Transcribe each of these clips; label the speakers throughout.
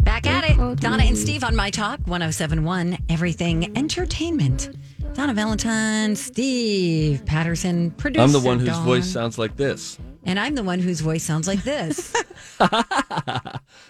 Speaker 1: Back at it. Donna and Steve on My Talk 1071, Everything Entertainment. Donna Valentine, Steve Patterson, producer.
Speaker 2: I'm the one whose
Speaker 1: Dawn.
Speaker 2: voice sounds like this.
Speaker 1: And I'm the one whose voice sounds like this.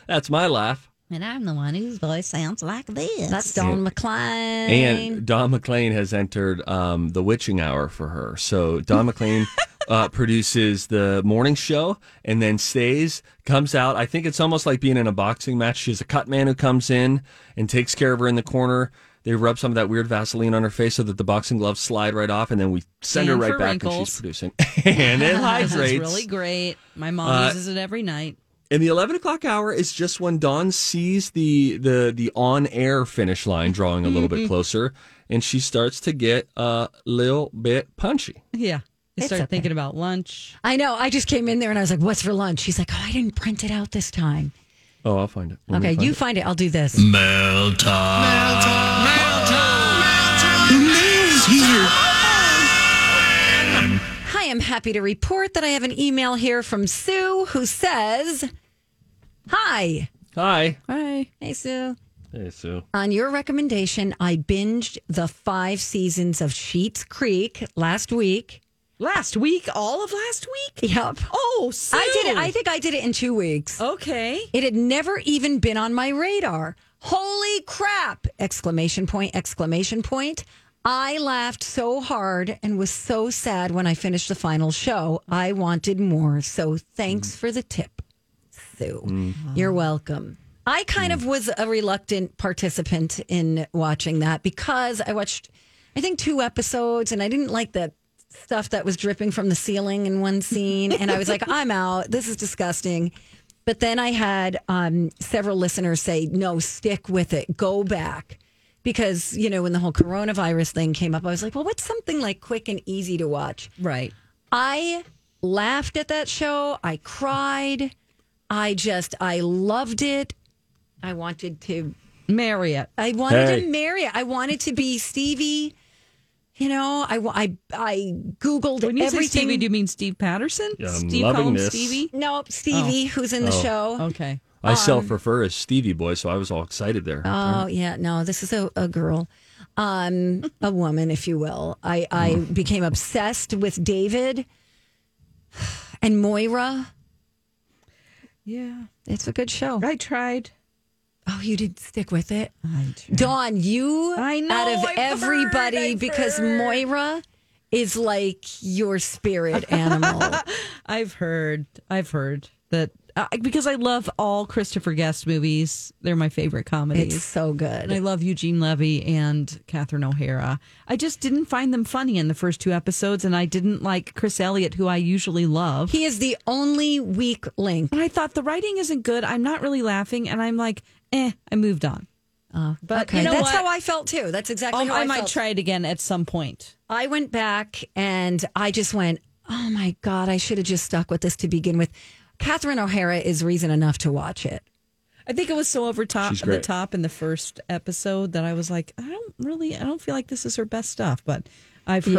Speaker 2: That's my laugh.
Speaker 3: And I'm the one whose voice sounds like this.
Speaker 1: That's Dawn McClain.
Speaker 2: And Don McLean has entered um, the witching hour for her. So Don McLean uh, produces the morning show and then stays, comes out. I think it's almost like being in a boxing match. She has a cut man who comes in and takes care of her in the corner. They rub some of that weird Vaseline on her face so that the boxing gloves slide right off, and then we send her
Speaker 3: And
Speaker 2: right
Speaker 3: for
Speaker 2: back and
Speaker 3: wrinkles.
Speaker 2: she's producing. and it
Speaker 3: This
Speaker 2: hydrates.
Speaker 3: is really great. My mom
Speaker 2: Uh,
Speaker 3: uses it every night.
Speaker 2: And the eleven o'clock hour is just when Dawn sees the the the on air finish line drawing a little
Speaker 1: Mm-hmm.
Speaker 2: bit closer, and she starts to get a little bit punchy.
Speaker 3: Yeah. You
Speaker 1: It's
Speaker 3: start
Speaker 1: okay.
Speaker 3: thinking about lunch.
Speaker 1: I know. I just came in there and I was like, what's for lunch? She's like, oh, I didn't print it out this time.
Speaker 2: Oh, I'll find it. Let me
Speaker 1: Okay,
Speaker 2: find
Speaker 1: you
Speaker 2: it.
Speaker 1: find it. I'll do this. Hi, I'm happy to report that I have an email here from Sue who says, Hi.
Speaker 2: Hi.
Speaker 3: Hi.
Speaker 1: Hey, Sue.
Speaker 2: Hey, Sue.
Speaker 1: On your recommendation, I binged the five seasons of Sheets Creek last week.
Speaker 3: Last week, all of last week?
Speaker 1: Yep.
Speaker 3: Oh, Sue. Oh.
Speaker 1: I did it. I think I did it in two weeks.
Speaker 3: Okay.
Speaker 1: It had never even been on my radar. Holy crap! Exclamation point, exclamation point. I laughed so hard and was so sad when I finished the final show. I wanted more. So thanks for the tip, Sue. You're welcome. I kind of was a reluctant participant in watching that because I watched, I think, two episodes and I didn't like the stuff that was dripping from the ceiling in one scene. And I was like, I'm out. This is disgusting. But then I had um, several listeners say, no, stick with it, go back. Because, you know, when the whole coronavirus thing came up, I was like, well, what's something like quick and easy to watch?
Speaker 3: Right.
Speaker 1: I laughed at that show. I cried. I just, I loved it. I wanted to
Speaker 3: Marriott.
Speaker 1: I wanted
Speaker 2: Hey.
Speaker 1: to marry. I wanted to be Stevie. You know, I wa- I I googled
Speaker 3: When you
Speaker 1: everything.
Speaker 3: say Stevie, do you mean Steve Patterson?
Speaker 2: Yeah, I'm
Speaker 3: Steve
Speaker 2: loving
Speaker 3: Holmes,
Speaker 2: this.
Speaker 3: Stevie?
Speaker 1: no, Stevie, who's in the show.
Speaker 3: Okay.
Speaker 2: I self refer as Stevie Boy, so I was all excited there.
Speaker 1: Um, Oh yeah, no, this is a, a girl, um, a woman, if you will. I I became obsessed with David and Moira.
Speaker 3: Yeah.
Speaker 1: It's a good show.
Speaker 3: I tried.
Speaker 1: Oh, you did stick with it,
Speaker 3: I tried.
Speaker 1: Dawn. You
Speaker 3: I know,
Speaker 1: out of
Speaker 3: I've
Speaker 1: everybody
Speaker 3: heard, I've
Speaker 1: because
Speaker 3: heard.
Speaker 1: Moira is like your spirit animal.
Speaker 3: I've heard. I've heard that uh, because I love all Christopher Guest movies. They're my favorite comedies.
Speaker 1: it's so good.
Speaker 3: And I love Eugene Levy and Catherine O'Hara. I just didn't find them funny in the first two episodes, and I didn't like Chris Elliott, who I usually love.
Speaker 1: He is the only weak link.
Speaker 3: and I thought the writing isn't good. I'm not really laughing, and I'm like, eh. I moved on.
Speaker 1: But
Speaker 3: you know
Speaker 1: Oh, that's
Speaker 3: what?
Speaker 1: how I felt too. That's exactly
Speaker 3: Um,
Speaker 1: how I,
Speaker 3: I, might
Speaker 1: felt.
Speaker 3: try it again at some point.
Speaker 1: I went back and I just went, oh my god, I should have just stuck with this to begin with. Catherine O'Hara is reason enough to watch it.
Speaker 3: I think it was so over top
Speaker 2: She's
Speaker 3: the
Speaker 2: great.
Speaker 3: top in the first episode that I was like, I don't really, I don't feel like this is her best stuff, but I've heard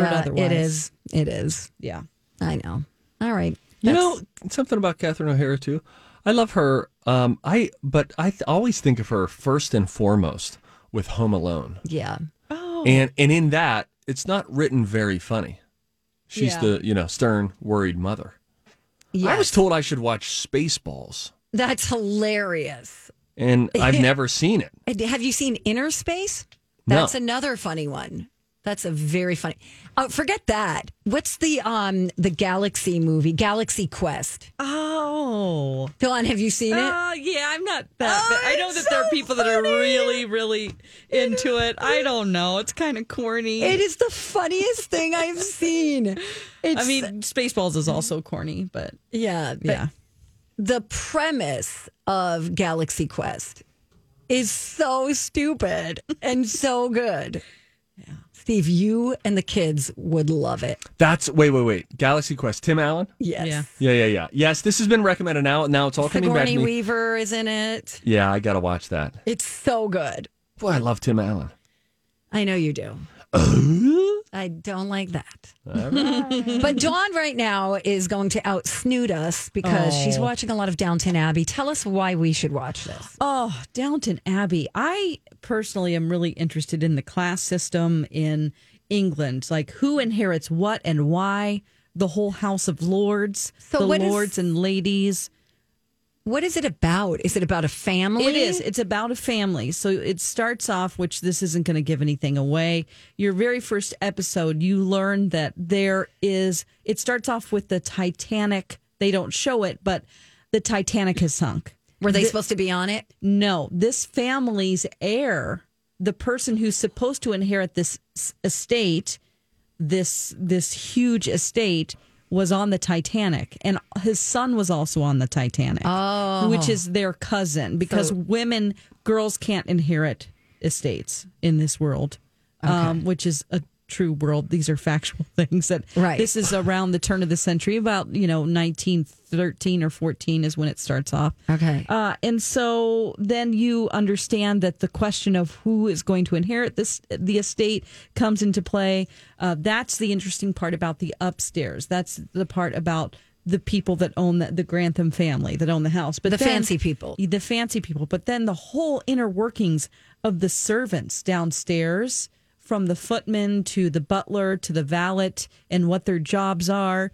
Speaker 1: it
Speaker 3: otherwise.
Speaker 1: is. It is.
Speaker 3: Yeah.
Speaker 1: I know. All right.
Speaker 2: You
Speaker 1: That's-
Speaker 2: know something about Catherine O'Hara too. I love her. Um, I but I th- always think of her first and foremost with Home Alone,
Speaker 1: Yeah. Oh.
Speaker 2: and and in that it's not written very funny. She's
Speaker 3: Yeah.
Speaker 2: the you know stern, worried mother. I
Speaker 1: Yes.
Speaker 2: was told I should watch Spaceballs,
Speaker 1: That's hilarious.
Speaker 2: and I've never seen it.
Speaker 1: And Have you seen Inner Space?
Speaker 2: No.
Speaker 1: That's another funny one. That's a very funny. Oh, forget that. What's the um the Galaxy movie? Galaxy Quest.
Speaker 3: Oh.
Speaker 1: Dawn, have you seen it? Oh,
Speaker 3: Uh, yeah, I'm not that. but I know that there are people that are really, really into it. I don't know. It's kind of corny.
Speaker 1: It is the funniest thing I've seen. It's,
Speaker 3: I mean, Spaceballs is also corny, but
Speaker 1: yeah, but
Speaker 3: yeah.
Speaker 1: the premise of Galaxy Quest is so stupid and so good. Steve, you and the kids would love it.
Speaker 2: That's wait, wait, wait. Galaxy Quest. Tim Allen.
Speaker 1: Yes.
Speaker 3: Yeah.
Speaker 2: Yeah, yeah, yeah. Yes, this has been recommended now. Now it's all coming back.
Speaker 1: Sigourney
Speaker 2: To me.
Speaker 1: Weaver is in it.
Speaker 2: Yeah, I gotta watch that.
Speaker 1: It's so good.
Speaker 2: Boy, I love Tim Allen.
Speaker 1: I know you do.
Speaker 3: Uh-huh.
Speaker 1: I don't like that. but Dawn right now is going to out snoot us because
Speaker 3: Oh.
Speaker 1: she's watching a lot of Downton Abbey. Tell us why we should watch this.
Speaker 3: Oh, Downton Abbey. I personally am really interested in the class system in England, like who inherits what and why, the whole House of Lords,
Speaker 1: So
Speaker 3: the
Speaker 1: what is-
Speaker 3: lords and ladies.
Speaker 1: What is it about? Is Oh, it about a family?
Speaker 3: It is. It's about a family. So it starts off, which this isn't going to give anything away. Your very first episode, you learn that there is, it starts off with the Titanic. They don't show it, but the Titanic has sunk.
Speaker 1: Were they supposed to be on it?
Speaker 3: No, this family's heir, the person who's supposed to inherit this s- estate, this this huge estate was on the Titanic and his son was also on the Titanic. Which is their cousin because women girls can't inherit estates in this world. Um, which is a true world. These are factual things that
Speaker 1: Right.
Speaker 3: this is around the turn of the century about, you know, 1913 or 14 is when it starts off.
Speaker 1: Okay.
Speaker 3: Uh, and so then you understand that the question of who is going to inherit this the estate comes into play. Uh, that's the interesting part about the upstairs. That's the part about the people that own the, the Grantham family that own the house, but
Speaker 1: The
Speaker 3: then-
Speaker 1: fancy people.
Speaker 3: the fancy people. But then the whole inner workings of the servants downstairs, from the footman to the butler to the valet, and what their jobs are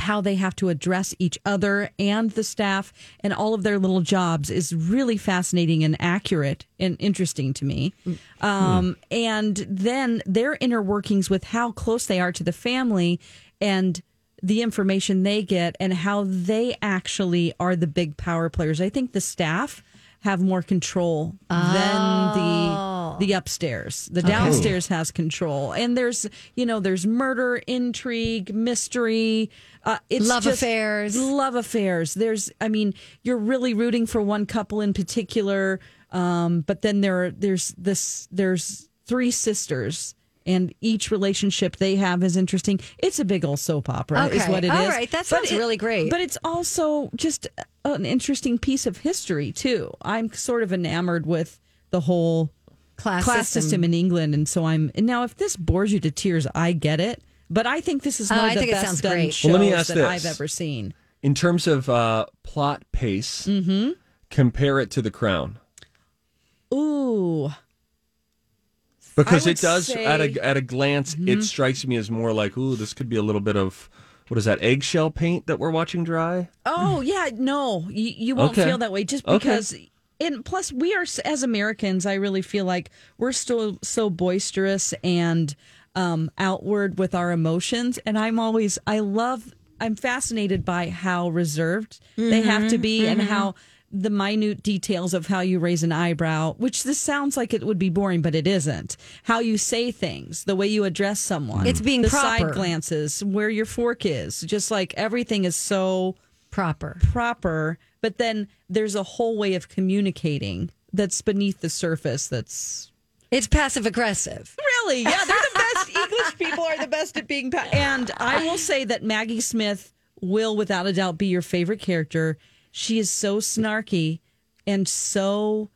Speaker 3: how they have to address each other and the staff and all of their little jobs is really fascinating and accurate and interesting to me. Um, and then their inner workings with how close they are to the family and the information they get and how they actually are the big power players. I think the staff have more control
Speaker 1: Oh.
Speaker 3: than the the upstairs. The downstairs has control, and there's you know there's murder, intrigue, mystery. Uh, it's
Speaker 1: Love
Speaker 3: just-
Speaker 1: affairs.
Speaker 3: love affairs. There's I mean you're really rooting for one couple in particular, um, but then there are, there's this there's three sisters. And each relationship they have is interesting. It's a big old soap opera, is
Speaker 1: Okay.
Speaker 3: what it is.
Speaker 1: All right. That
Speaker 3: But
Speaker 1: sounds really great.
Speaker 3: But it's also just an interesting piece of history too. I'm sort of enamored with the whole
Speaker 1: Class,
Speaker 3: class system, in England, and so I'm and now. If this bores you to tears, I get it. But I think this is
Speaker 1: Oh,
Speaker 3: one
Speaker 1: I
Speaker 3: of the
Speaker 1: think it
Speaker 3: best
Speaker 1: sounds
Speaker 3: done
Speaker 1: great.
Speaker 3: shows
Speaker 2: Well, let me ask
Speaker 3: that I've
Speaker 2: this.
Speaker 3: ever seen.
Speaker 2: In terms of uh, plot pace,
Speaker 1: Mm-hmm.
Speaker 2: compare it to The Crown
Speaker 3: Ooh,
Speaker 2: because
Speaker 3: I
Speaker 2: it
Speaker 3: would
Speaker 2: does
Speaker 3: say-
Speaker 2: at a at a glance
Speaker 1: Mm-hmm.
Speaker 2: it strikes me as more like ooh this could be a little bit of what is that eggshell paint that we're watching dry?
Speaker 3: oh yeah, no, you, you won't
Speaker 2: Okay.
Speaker 3: feel that way just
Speaker 2: Okay.
Speaker 3: because. And plus, we are as Americans, I really feel like we're still so boisterous and um, outward with our emotions. And I'm always, I love, I'm fascinated by how reserved they have
Speaker 2: Mm-hmm.
Speaker 3: to be and how the minute details of how you raise an eyebrow, which this sounds like it would be boring, but it isn't. How you say things, the way you address someone,
Speaker 1: It's being
Speaker 3: the
Speaker 1: proper.
Speaker 3: side glances, where your fork is, just like everything is so
Speaker 1: proper.
Speaker 3: proper, but then there's a whole way of communicating that's beneath the surface that's
Speaker 1: It's passive aggressive.
Speaker 3: really yeah they're the best english people are the best at being pa- and i will say that maggie smith will without a doubt be your favorite character she is so snarky and so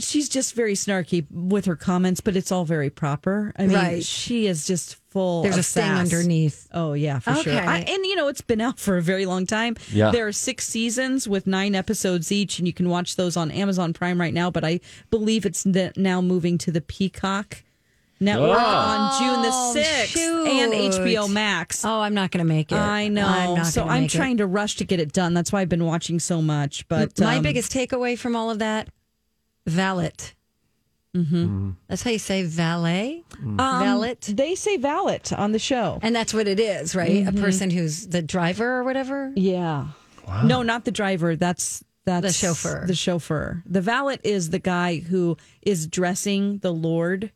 Speaker 3: she's just very snarky with her comments but it's all very proper i mean
Speaker 1: Right.
Speaker 3: she is just full
Speaker 1: There's
Speaker 3: of
Speaker 1: a sting
Speaker 3: sass.
Speaker 1: underneath.
Speaker 3: Oh yeah, for sure.
Speaker 1: Okay.
Speaker 3: I, and you know it's been out for a very long time.
Speaker 2: Yeah.
Speaker 3: There are six seasons with nine episodes each, and you can watch those on Amazon Prime right now. But I believe it's n- now moving to the Peacock network
Speaker 2: Oh.
Speaker 3: on June the sixth and
Speaker 1: shoot.
Speaker 3: HBO Max.
Speaker 1: Oh, I'm not going to make it.
Speaker 3: I know.
Speaker 1: I'm not
Speaker 3: so
Speaker 1: gonna
Speaker 3: I'm
Speaker 1: make it.
Speaker 3: trying to rush to get it done. That's why I've been watching so much. But
Speaker 1: My
Speaker 3: um,
Speaker 1: biggest takeaway from all of that valet. Mm-hmm. That's how you say valet. valet.
Speaker 3: they say valet on the show.
Speaker 1: And that's what it is, right?
Speaker 3: Mm-hmm.
Speaker 1: A person who's the driver or whatever.
Speaker 3: Yeah. No, not the driver. That's that's
Speaker 1: The chauffeur.
Speaker 3: The chauffeur. The valet is the guy who is dressing the lord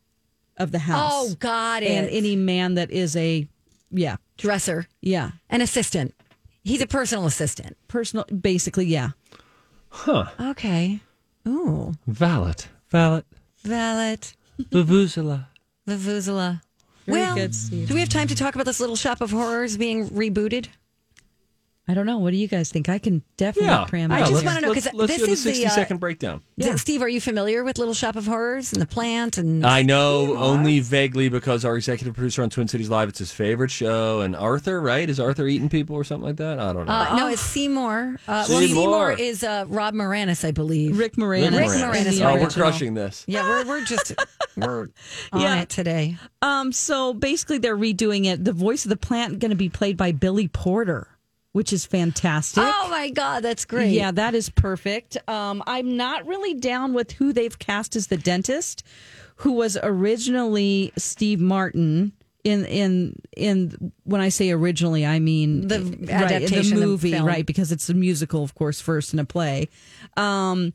Speaker 3: of the house.
Speaker 1: Oh, got it.
Speaker 3: and any man that is a yeah
Speaker 1: dresser,
Speaker 3: yeah
Speaker 1: an assistant. He's a personal assistant.
Speaker 3: Personal, basically, yeah.
Speaker 1: Okay. Ooh.
Speaker 2: Valet. Valet.
Speaker 1: Valet,
Speaker 2: Vuvuzela.
Speaker 1: Vuvuzela.
Speaker 3: Very
Speaker 1: well,
Speaker 3: good, Steve.
Speaker 1: do we have time to talk about this little shop of horrors being rebooted?
Speaker 3: I don't know. What do you guys think? I can definitely
Speaker 2: Yeah.
Speaker 3: cram.
Speaker 2: yeah,
Speaker 3: it.
Speaker 1: just
Speaker 2: let's-
Speaker 1: wanna know,
Speaker 2: let's-
Speaker 1: 'cause
Speaker 2: Let's
Speaker 1: this
Speaker 2: do the
Speaker 1: is the, uh,
Speaker 2: 60 second breakdown.
Speaker 1: Steve, are you familiar with Little Shop of Horrors and the plant? And
Speaker 2: I know only vaguely because our executive producer on Twin Cities Live, it's his favorite show. And Arthur, right? Is Arthur eating people or something like that? I don't know.
Speaker 1: uh, no, it's Seymour. Uh, Well,
Speaker 2: Seymour.
Speaker 1: Seymour is uh, Rob Moranis, I believe.
Speaker 3: Rick Moranis.
Speaker 1: Rick Moranis.
Speaker 3: in the
Speaker 1: Moranis.
Speaker 2: Oh, we're
Speaker 3: original.
Speaker 2: crushing this.
Speaker 1: Yeah, we're we're just we're on
Speaker 3: Yeah.
Speaker 1: it today.
Speaker 3: Um, so basically, they're redoing it. The voice of the plant going to be played by Billy Porter, which is fantastic.
Speaker 1: Oh my God, that's great.
Speaker 3: Yeah, that is perfect. Um, I'm not really down with who they've cast as the dentist, who was originally Steve Martin. In in in when I say originally, I mean
Speaker 1: The
Speaker 3: right,
Speaker 1: adaptation of
Speaker 3: the movie,
Speaker 1: film.
Speaker 3: right? Because it's a musical, of course, first and a play. Um,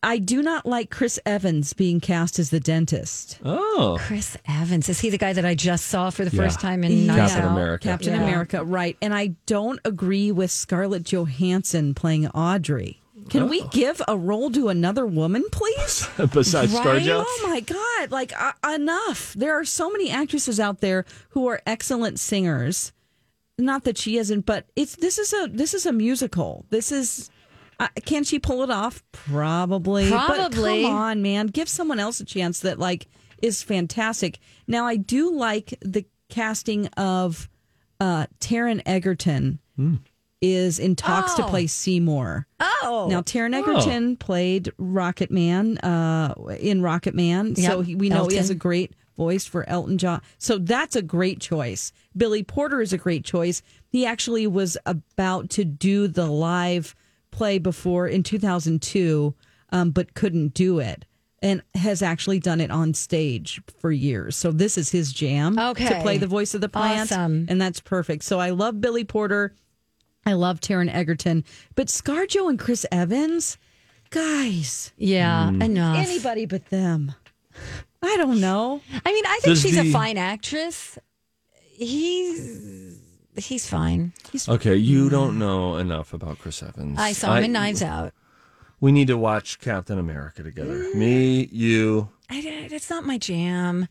Speaker 3: I do not like Chris Evans being cast as the dentist.
Speaker 2: Oh.
Speaker 1: Chris Evans is he the guy that I just saw for the first
Speaker 2: Yeah.
Speaker 1: time in Night
Speaker 2: Captain
Speaker 1: Out?
Speaker 2: America.
Speaker 3: Captain America, right. And I don't agree with Scarlett Johansson playing Audrey. Can
Speaker 2: Oh.
Speaker 3: we give a role to another woman, please?
Speaker 2: Besides
Speaker 1: Right?
Speaker 2: ScarJo?
Speaker 3: Oh my God. Like, uh, enough. There are so many actresses out there who are excellent singers. Not that she isn't, but it's this is a this is a musical. This is uh, can she pull it off? Probably. But
Speaker 1: Probably.
Speaker 3: come on, man, give someone else a chance that like is fantastic. Now I do like the casting of uh Taron Egerton is in talks to
Speaker 1: Hmm. Oh.
Speaker 3: play Seymour.
Speaker 1: Oh,
Speaker 3: Now, Taron Egerton played Rocket Man uh, in Rocket Man, so
Speaker 1: Yep,
Speaker 3: he, we know he has
Speaker 1: Elton.
Speaker 3: a great voice for Elton John. So that's a great choice. Billy Porter is a great choice. He actually was about to do the live play before in 2002, um, but couldn't do it. And has actually done it on stage for years. So this is his jam to
Speaker 1: Okay.
Speaker 3: play the voice of the plant.
Speaker 1: Awesome.
Speaker 3: And that's perfect. So I love Billy Porter. I love Taryn Egerton, but ScarJo and Chris Evans, guys,
Speaker 1: yeah,
Speaker 2: Mm.
Speaker 1: enough.
Speaker 3: anybody but them. I don't know.
Speaker 1: I mean, I think
Speaker 2: Does
Speaker 1: she's a
Speaker 2: the-
Speaker 1: fine actress. He's he's fine.
Speaker 2: Okay, you don't know enough about Chris Evans.
Speaker 1: I saw him in Knives Out.
Speaker 2: We need to watch Captain America together. Me, you.
Speaker 1: I, don't- it's not my jam.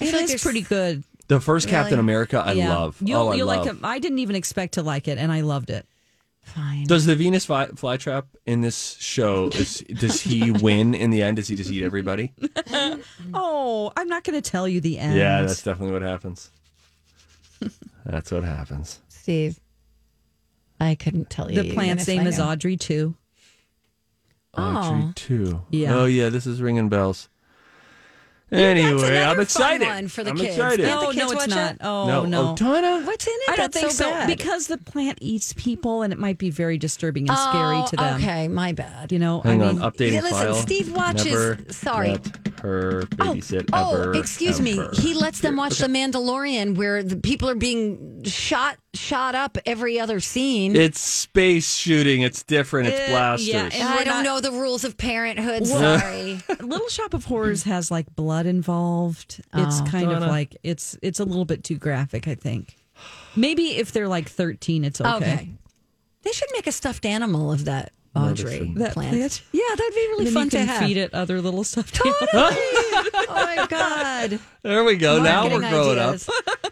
Speaker 1: I
Speaker 3: It
Speaker 1: feel like
Speaker 3: is
Speaker 1: there's-
Speaker 3: pretty good.
Speaker 2: The first Captain America, I
Speaker 3: Yeah.
Speaker 2: love.
Speaker 3: You,
Speaker 2: oh, I
Speaker 3: you
Speaker 2: love.
Speaker 3: like it. I didn't even expect to like it, and I loved it.
Speaker 1: fine.
Speaker 2: Does the Venus fly, flytrap in this show? Is, does he win in the end? Does he just eat everybody?
Speaker 1: Mm.
Speaker 3: Oh, I'm not going to tell you the end.
Speaker 2: Yeah, that's definitely what happens. That's what happens.
Speaker 1: Steve, I couldn't tell you.
Speaker 3: the
Speaker 1: even
Speaker 3: plant's
Speaker 1: if
Speaker 3: name
Speaker 1: I
Speaker 3: is
Speaker 1: know.
Speaker 3: Audrey too.
Speaker 1: Oh.
Speaker 2: Audrey two.
Speaker 3: Yeah.
Speaker 2: Oh yeah, this is ringing bells. Anyway,
Speaker 1: another
Speaker 2: I'm
Speaker 1: fun
Speaker 2: excited.
Speaker 1: one for the
Speaker 2: I'm
Speaker 1: kids.
Speaker 2: excited.
Speaker 1: Yeah, the
Speaker 3: Oh
Speaker 1: kids
Speaker 3: no, it's
Speaker 1: watch
Speaker 3: not.
Speaker 1: it?
Speaker 3: Oh no.
Speaker 2: Oh, Donna.
Speaker 1: What's in it?
Speaker 3: I don't
Speaker 1: That's
Speaker 3: think so,
Speaker 1: bad?
Speaker 3: because the plant eats people, and it might be very disturbing and scary
Speaker 1: Oh,
Speaker 3: to them.
Speaker 1: Okay, my bad.
Speaker 3: You know,
Speaker 2: Hang
Speaker 3: I
Speaker 2: on,
Speaker 3: mean,
Speaker 2: updating
Speaker 1: Yeah, listen,
Speaker 2: file.
Speaker 1: Steve watches-
Speaker 2: Never
Speaker 1: sorry.
Speaker 2: let her
Speaker 1: Oh,
Speaker 2: babysit
Speaker 1: oh,
Speaker 2: ever.
Speaker 1: excuse me.
Speaker 2: ever.
Speaker 1: He lets them watch The Mandalorian, where the people are being shot, shot up every other scene.
Speaker 2: It's space shooting. It's different.
Speaker 1: Eh,
Speaker 2: It's
Speaker 3: Uh,
Speaker 2: blasters.
Speaker 3: yeah, and-
Speaker 1: I
Speaker 3: we're
Speaker 1: don't
Speaker 3: not-
Speaker 1: know the rules of parenthood. Sorry.
Speaker 3: Little Shop of Horrors has like blood involved. It's kind of like it's it's a little bit too graphic, I think. Maybe if they're like 13 it's okay.
Speaker 1: okay. They should make a stuffed animal of that
Speaker 2: they
Speaker 1: Audrey
Speaker 2: shouldn't.
Speaker 3: That
Speaker 1: plant.
Speaker 3: plant.
Speaker 1: Yeah, that'd be really
Speaker 3: And then
Speaker 1: fun
Speaker 3: you
Speaker 1: to
Speaker 3: can
Speaker 1: have.
Speaker 3: feed it other little stuff. too.
Speaker 1: oh my god!
Speaker 2: There we go. now we're
Speaker 1: Marketing
Speaker 2: growing up.
Speaker 1: ideas.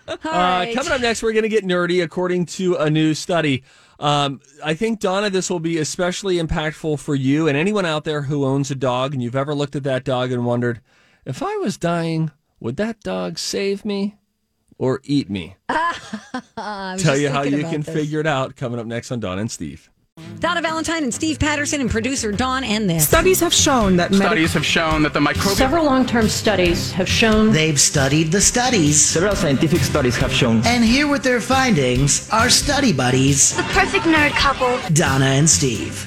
Speaker 1: All
Speaker 2: Uh,
Speaker 1: right.
Speaker 2: coming up next, we're going to get nerdy according to a new study. Um, I think, Donna, this will be especially impactful for you and anyone out there who owns a dog and you've ever looked at that dog and wondered if I was dying, would that dog save me or eat me? Tell
Speaker 1: just
Speaker 2: you how
Speaker 1: thinking
Speaker 2: you
Speaker 1: about
Speaker 2: can
Speaker 1: this.
Speaker 2: figure it out coming up next on Donna and Steve.
Speaker 1: Donna Valentine and Steve Patterson and producer Dawn and this.
Speaker 4: Studies have shown that medical
Speaker 5: Studies have shown that the microbial
Speaker 6: Several long term studies have shown
Speaker 7: They've studied the studies.
Speaker 8: Several scientific studies have shown
Speaker 7: And here with their findings are study buddies,
Speaker 9: The perfect nerd couple.
Speaker 7: Donna and Steve.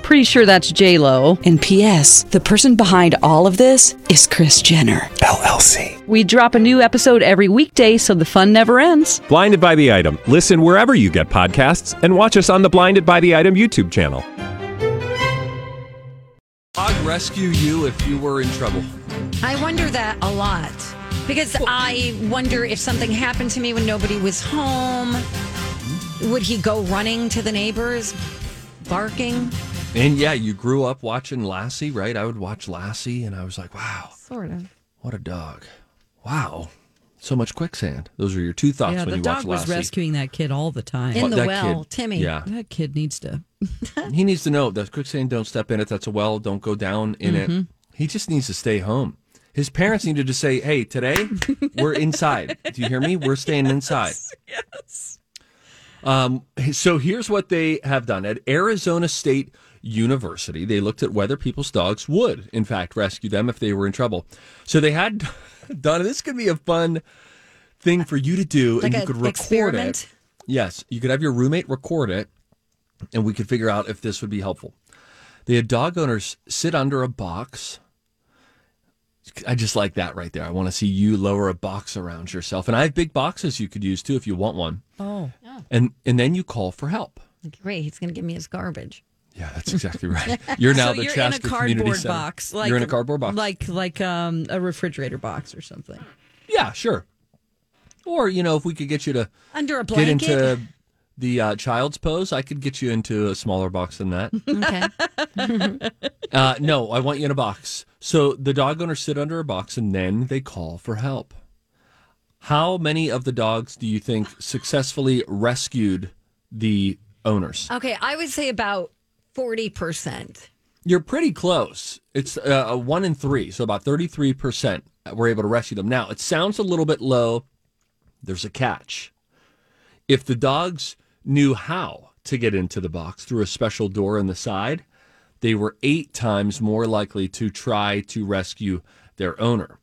Speaker 4: pretty sure that's J Lo.
Speaker 5: And P.S. The person behind all of this is Chris Jenner.
Speaker 10: LLC.
Speaker 4: We drop a new episode every weekday, so the fun never ends.
Speaker 10: Blinded by the Item. Listen wherever you get podcasts and watch us on the Blinded by the Item YouTube channel.
Speaker 2: I'd rescue you if you were in trouble.
Speaker 1: I wonder that a lot because I wonder if something happened to me when nobody was home. Would he go running to the neighbors, barking?
Speaker 2: And yeah, you grew up watching Lassie, right? I would watch Lassie, and I was like, wow,
Speaker 1: Sort of.
Speaker 2: what a dog. Wow, so much quicksand. Those are your two thoughts
Speaker 3: yeah,
Speaker 2: when
Speaker 3: the
Speaker 2: you
Speaker 3: dog
Speaker 2: watch
Speaker 3: was
Speaker 2: Lassie.
Speaker 3: rescuing that kid all the time.
Speaker 1: In
Speaker 2: Well,
Speaker 1: the
Speaker 2: that
Speaker 1: well,
Speaker 2: kid-
Speaker 1: Timmy.
Speaker 2: Yeah,
Speaker 3: that kid needs to.
Speaker 2: he needs to know that quicksand don't step in it. That's a well. Don't go down in it.
Speaker 1: Mm-hmm.
Speaker 2: He just needs to stay home. His parents need to just say, "Hey, today we're inside. Do you hear me? We're staying inside." Yes. Um, so here's what they have done at Arizona State University. They looked at whether people's dogs would, in fact, rescue them if they were in trouble. So they had done. This could be a fun thing for you to do,
Speaker 1: Like
Speaker 2: and you
Speaker 1: a
Speaker 2: could record
Speaker 1: experiment?
Speaker 2: it. Yes, you could have your roommate record it, and we could figure out if this would be helpful. They had dog owners sit under a box. I just like that right there. I want to see you lower a box around yourself, and I have big boxes you could use too if you want one.
Speaker 3: Oh,
Speaker 2: And and then you call for help.
Speaker 1: Great, he's going to give me his garbage.
Speaker 2: Yeah, that's exactly right. You're now
Speaker 3: so
Speaker 2: the
Speaker 3: you're in a
Speaker 2: Chaska Community
Speaker 3: cardboard
Speaker 2: Center.
Speaker 3: box. Like,
Speaker 2: you're in a cardboard box.
Speaker 3: like like um, a refrigerator box or something.
Speaker 2: yeah, sure. Or you know, if we could get you to
Speaker 1: Under a
Speaker 2: get
Speaker 1: blanket.
Speaker 2: into the uh, child's pose, I could get you into a smaller box than that.
Speaker 1: okay.
Speaker 2: Uh, no, I want you in a box. So the dog owners sit under a box and then they call for help. How many of the dogs do you think successfully rescued the owners?
Speaker 1: Okay, I would say about 40%.
Speaker 2: You're pretty close. It's uh, a one in three, so about 33% were able to rescue them. Now, it sounds a little bit low. There's a catch. If the dogs knew how to get into the box through a special door in the side, they were eight times more likely to try to rescue their owner.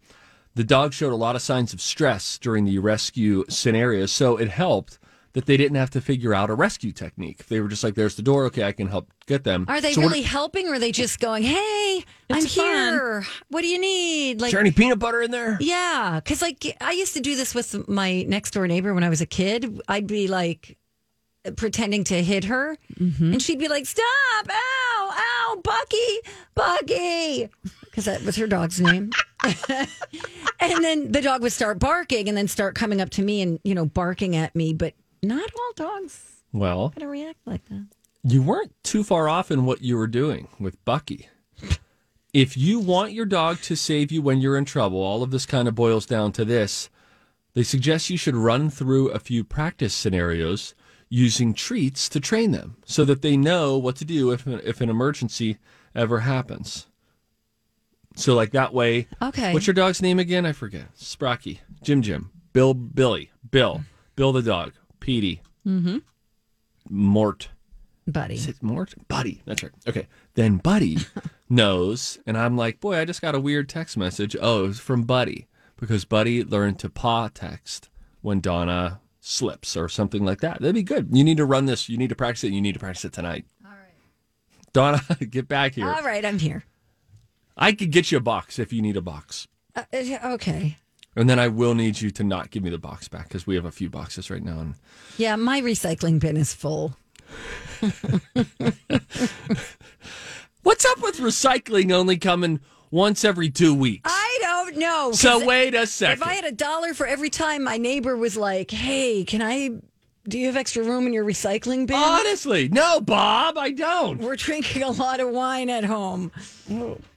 Speaker 2: The dog showed a lot of signs of stress during the rescue scenario, so it helped that they didn't have to figure out a rescue technique. They were just like, there's the door. Okay, I can help get them.
Speaker 1: Are they
Speaker 2: So what-
Speaker 1: really helping or are they just going, hey, I'm
Speaker 3: It's fun.
Speaker 1: here. What do you need? Like,
Speaker 2: Is there any peanut butter in there?
Speaker 1: Yeah, because like I used to do this with my next door neighbor when I was a kid. I'd be like pretending to hit her, and she'd be like, "Stop! Ow! Ow! Bucky! Bucky!" Because that was her dog's name. and then the dog would start barking, and then start coming up to me and you know barking at me. But not all dogs
Speaker 2: Well,
Speaker 1: gonna react like that.
Speaker 2: you weren't too far off in what you were doing with Bucky. If you want your dog to save you when you're in trouble, all of this kind of boils down to this. They suggest you should run through a few practice scenarios using treats to train them so that they know what to do if, if an emergency ever happens. So, like that way,
Speaker 1: Okay.
Speaker 2: What's your dog's name again? I forget. Sprocky, Jim, Jim, Bill, Billy, Bill, Bill the dog, Petey, mm-hmm. Mort.
Speaker 1: buddy?
Speaker 2: Is it Mort? Buddy. That's right. Okay. Then Buddy knows, and I'm like, boy, I just got a weird text message. Oh, it was from Buddy because Buddy learned to paw text when Donna slips or something like that. That'd be good. You need to run this. You need to practice it. You need to practice it tonight. All right. Donna, get back here.
Speaker 1: All right, I'm here.
Speaker 2: I could get you a box if you need a box.
Speaker 1: Uh, uh, okay.
Speaker 2: And then I will need you to not give me the box back because we have a few boxes right now. And
Speaker 1: Yeah, my recycling bin is full.
Speaker 2: what's up with recycling only coming once every two weeks?
Speaker 1: I don't know. 'cause
Speaker 2: so wait a second.
Speaker 1: Uh, If I had a dollar for every time my neighbor was like, "Hey, can I? Do you have extra room in your recycling bin?"
Speaker 2: Honestly, no, Bob, I don't.
Speaker 1: We're drinking a lot of wine at home.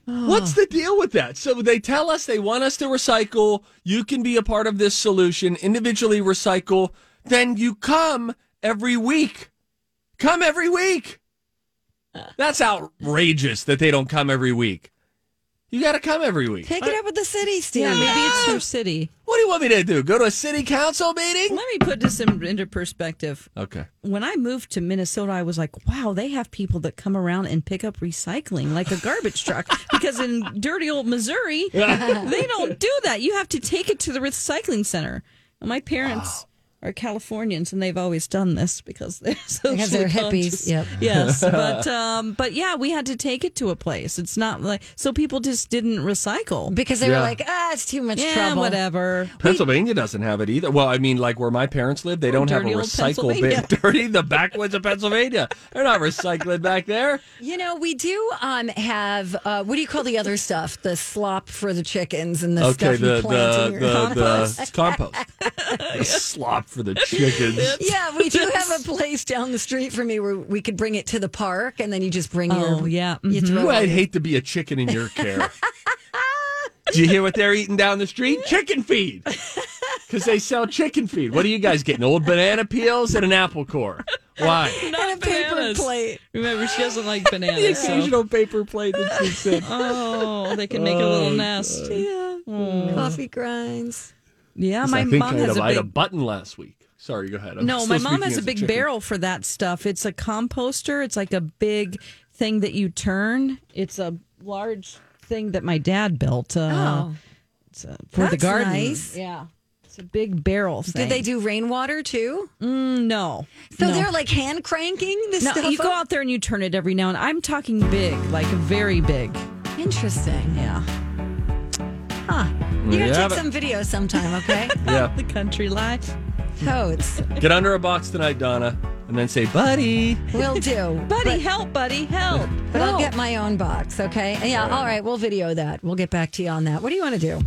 Speaker 2: What's the deal with that? So they tell us they want us to recycle. You can be a part of this solution, individually recycle. Then you come every week. Come every week. That's outrageous that they don't come every week. You got to come every week.
Speaker 1: Take it up with the city, Steve.
Speaker 3: Yeah, maybe it's her city.
Speaker 2: What do you want me to do? Go to a city council meeting?
Speaker 3: Let me put this in, into perspective.
Speaker 2: Okay.
Speaker 3: When I moved to Minnesota, I was like, wow, they have people that come around and pick up recycling like a garbage truck. Because in dirty old Missouri, they don't do that. You have to take it to the recycling center. And my parents are Californians, and they've always done this because they're so
Speaker 1: Because they're hippies, yep.
Speaker 3: Yes, but um, but yeah, we had to take it to a place. It's not like so people just didn't recycle.
Speaker 1: because they
Speaker 2: Yeah.
Speaker 1: were like, ah, it's too much
Speaker 3: yeah,
Speaker 1: trouble.
Speaker 3: whatever.
Speaker 2: Pennsylvania doesn't have it either. Well, I mean, like where my parents live, they don't have a
Speaker 3: Oh, dirty old
Speaker 2: recycle bin. Dirty the backwoods of Pennsylvania. They're not recycling back there.
Speaker 1: You know, we do um, have uh, what do you call the other stuff? The slop for the chickens and the
Speaker 2: okay,
Speaker 1: stuff you
Speaker 2: the
Speaker 1: plant
Speaker 2: the
Speaker 1: in your
Speaker 2: the,
Speaker 1: compost.
Speaker 2: the compost. the slop for the chickens.
Speaker 1: yeah, we do have a place down the street from me where we could bring it to the park, and then you just bring
Speaker 3: Oh
Speaker 1: your
Speaker 3: yeah,
Speaker 1: you
Speaker 3: mhm.
Speaker 1: throw
Speaker 2: Ooh,
Speaker 1: it.
Speaker 2: I'd hate to be a chicken in your care. Do you hear what they're eating down the street? Chicken feed. Because they sell chicken feed. What are you guys getting? Old banana peels and an apple core. Why?
Speaker 1: a
Speaker 3: Not
Speaker 1: paper
Speaker 3: bananas.
Speaker 1: plate.
Speaker 3: Remember, she doesn't like
Speaker 2: The
Speaker 3: bananas. so-
Speaker 2: occasional paper plate that she said.
Speaker 3: Oh, they can make a little nest.
Speaker 1: Yeah, coffee grinds.
Speaker 3: Yeah,
Speaker 2: I
Speaker 3: my
Speaker 2: think
Speaker 3: mom
Speaker 2: I had
Speaker 3: has
Speaker 2: a,
Speaker 3: a
Speaker 2: I had a
Speaker 3: big.
Speaker 2: button last week. Sorry, go ahead. I'm
Speaker 3: No,
Speaker 2: still
Speaker 3: my mom
Speaker 2: speaking
Speaker 3: has a
Speaker 2: as
Speaker 3: big
Speaker 2: chicken.
Speaker 3: barrel for that stuff. It's a composter. It's like a big thing that you turn. It's a large thing that my dad built uh,
Speaker 1: Oh,
Speaker 3: it's, uh, for the
Speaker 1: that's
Speaker 3: garden.
Speaker 1: nice.
Speaker 3: Yeah, it's a big barrel. Thing.
Speaker 1: did they do rainwater too?
Speaker 3: No.
Speaker 1: So
Speaker 3: no.
Speaker 1: they're like hand cranking this
Speaker 3: No,
Speaker 1: stuff.
Speaker 3: you go
Speaker 1: up?
Speaker 3: out there and you turn it every now and. I'm talking big, like very big.
Speaker 1: Interesting.
Speaker 3: Yeah,
Speaker 1: Huh. You're gonna
Speaker 2: Yeah,
Speaker 1: take
Speaker 2: but-
Speaker 1: some video sometime, okay?
Speaker 2: Yeah.
Speaker 3: the country life.
Speaker 1: Toads.
Speaker 2: Get under a box tonight, Donna, and then say, buddy.
Speaker 1: Will do.
Speaker 3: Buddy, help! Buddy, help!
Speaker 1: But I'll get my own box, okay? Yeah, all right, we'll video that. We'll get back to you on that. What do you want to do?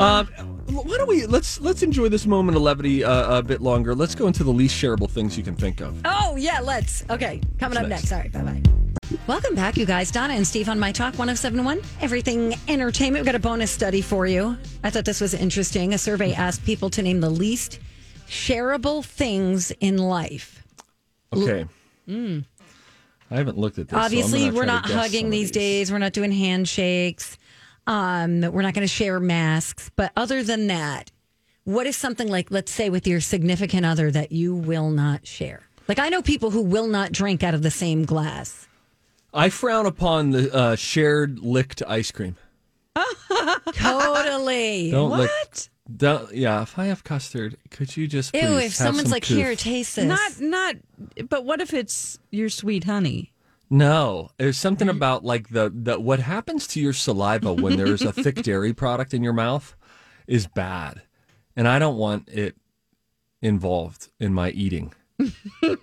Speaker 2: Um, why don't we let's let's enjoy this moment of levity uh, a bit longer. Let's go into the least shareable things you can think of.
Speaker 1: Oh, yeah, let's. Okay, coming up next. All right, bye bye. Welcome back, you guys. Donna and Steve on My Talk 1071, Everything Entertainment. We've got a bonus study for you. I thought this was interesting. A survey asked people to name the least shareable things in life.
Speaker 2: Okay. I haven't looked at this. so
Speaker 1: mm.
Speaker 2: I'm
Speaker 1: Obviously,
Speaker 2: gonna
Speaker 1: we're
Speaker 2: try to
Speaker 1: not
Speaker 2: guess some
Speaker 1: hugging
Speaker 2: of
Speaker 1: these days. We're not doing handshakes. Um, we're not going to share masks. But other than that, what is something like, let's say, with your significant other that you will not share? Like, I know people who will not drink out of the same glass.
Speaker 2: I frown upon the uh, shared licked ice cream.
Speaker 1: Totally.
Speaker 2: Don't lick. Don't, yeah, if I have custard, could you just please
Speaker 1: Ew,
Speaker 2: have
Speaker 1: if someone's
Speaker 2: some
Speaker 1: like,
Speaker 2: tooth?
Speaker 1: here, taste this.
Speaker 3: Not, not. But what if it's your sweet honey?
Speaker 2: No, there's something about like the, the what happens to your saliva when there's a thick dairy product in your mouth is bad. And I don't want it involved in my eating.
Speaker 1: yeah,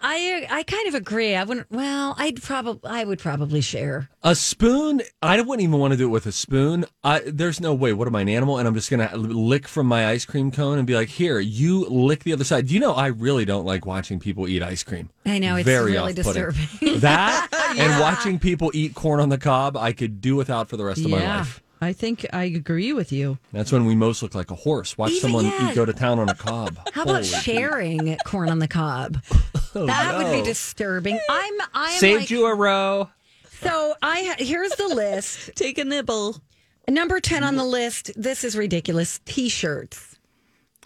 Speaker 1: I I kind of agree. I wouldn't. Well, I'd probably I would probably share.
Speaker 2: A spoon, I wouldn't even want to do it with a spoon. I, there's no way. What am I, an animal? And I'm just going to lick from my ice cream cone and be like, here, you lick the other side. You know, I really don't like watching people eat ice cream.
Speaker 1: I know, it's
Speaker 2: Very
Speaker 1: really
Speaker 2: off-putting.
Speaker 1: disturbing.
Speaker 2: that and watching people eat corn on the cob, I could do without for the rest of my life.
Speaker 3: I think I agree with you.
Speaker 2: That's when we most look like a horse. Watch
Speaker 1: Even-
Speaker 2: someone
Speaker 1: yeah.
Speaker 2: eat, go to town on a cob.
Speaker 1: How about
Speaker 2: Holy Oh,
Speaker 1: sharing corn on the cob? that would be
Speaker 2: no.
Speaker 1: disturbing. I'm I'm
Speaker 2: Saved
Speaker 1: like,
Speaker 2: you a row.
Speaker 1: So I ha- here's the list.
Speaker 3: Take a nibble.
Speaker 1: Number ten on the list. This is ridiculous. T-shirts.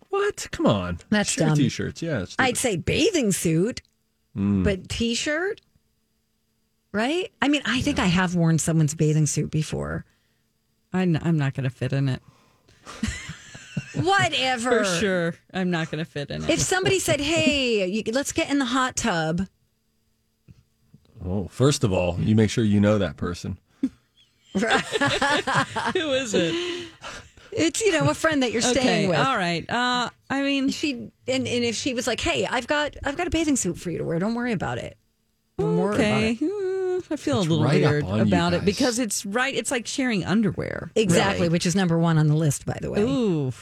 Speaker 2: What? Come on.
Speaker 1: That's
Speaker 2: Share
Speaker 1: dumb.
Speaker 2: T-shirts. Yeah. it's
Speaker 1: I'd say bathing suit, but T-shirt. Right? I mean, I think I have worn someone's bathing suit before.
Speaker 3: I'm, I'm not going to fit in it.
Speaker 1: Whatever.
Speaker 3: For sure. I'm not going to fit in it.
Speaker 1: If somebody said, "Hey, you, let's get in the hot tub,"
Speaker 2: Oh, first of all, you make sure you know that person.
Speaker 3: Who is it?
Speaker 1: it's you know a friend that you're
Speaker 3: Okay.
Speaker 1: staying with.
Speaker 3: All right. Uh, I mean,
Speaker 1: She and, and if she was like, "Hey, I've got I've got a bathing suit for you to wear. Don't worry about it." Don't worry about
Speaker 3: okay.
Speaker 1: it.
Speaker 3: Mm, I feel
Speaker 2: It's
Speaker 3: a little
Speaker 2: right up
Speaker 3: weird
Speaker 2: on you
Speaker 3: about it
Speaker 2: guys.
Speaker 3: because it's right. It's like sharing underwear.
Speaker 1: Exactly, which is number one on the list, by the way.
Speaker 3: Ooh.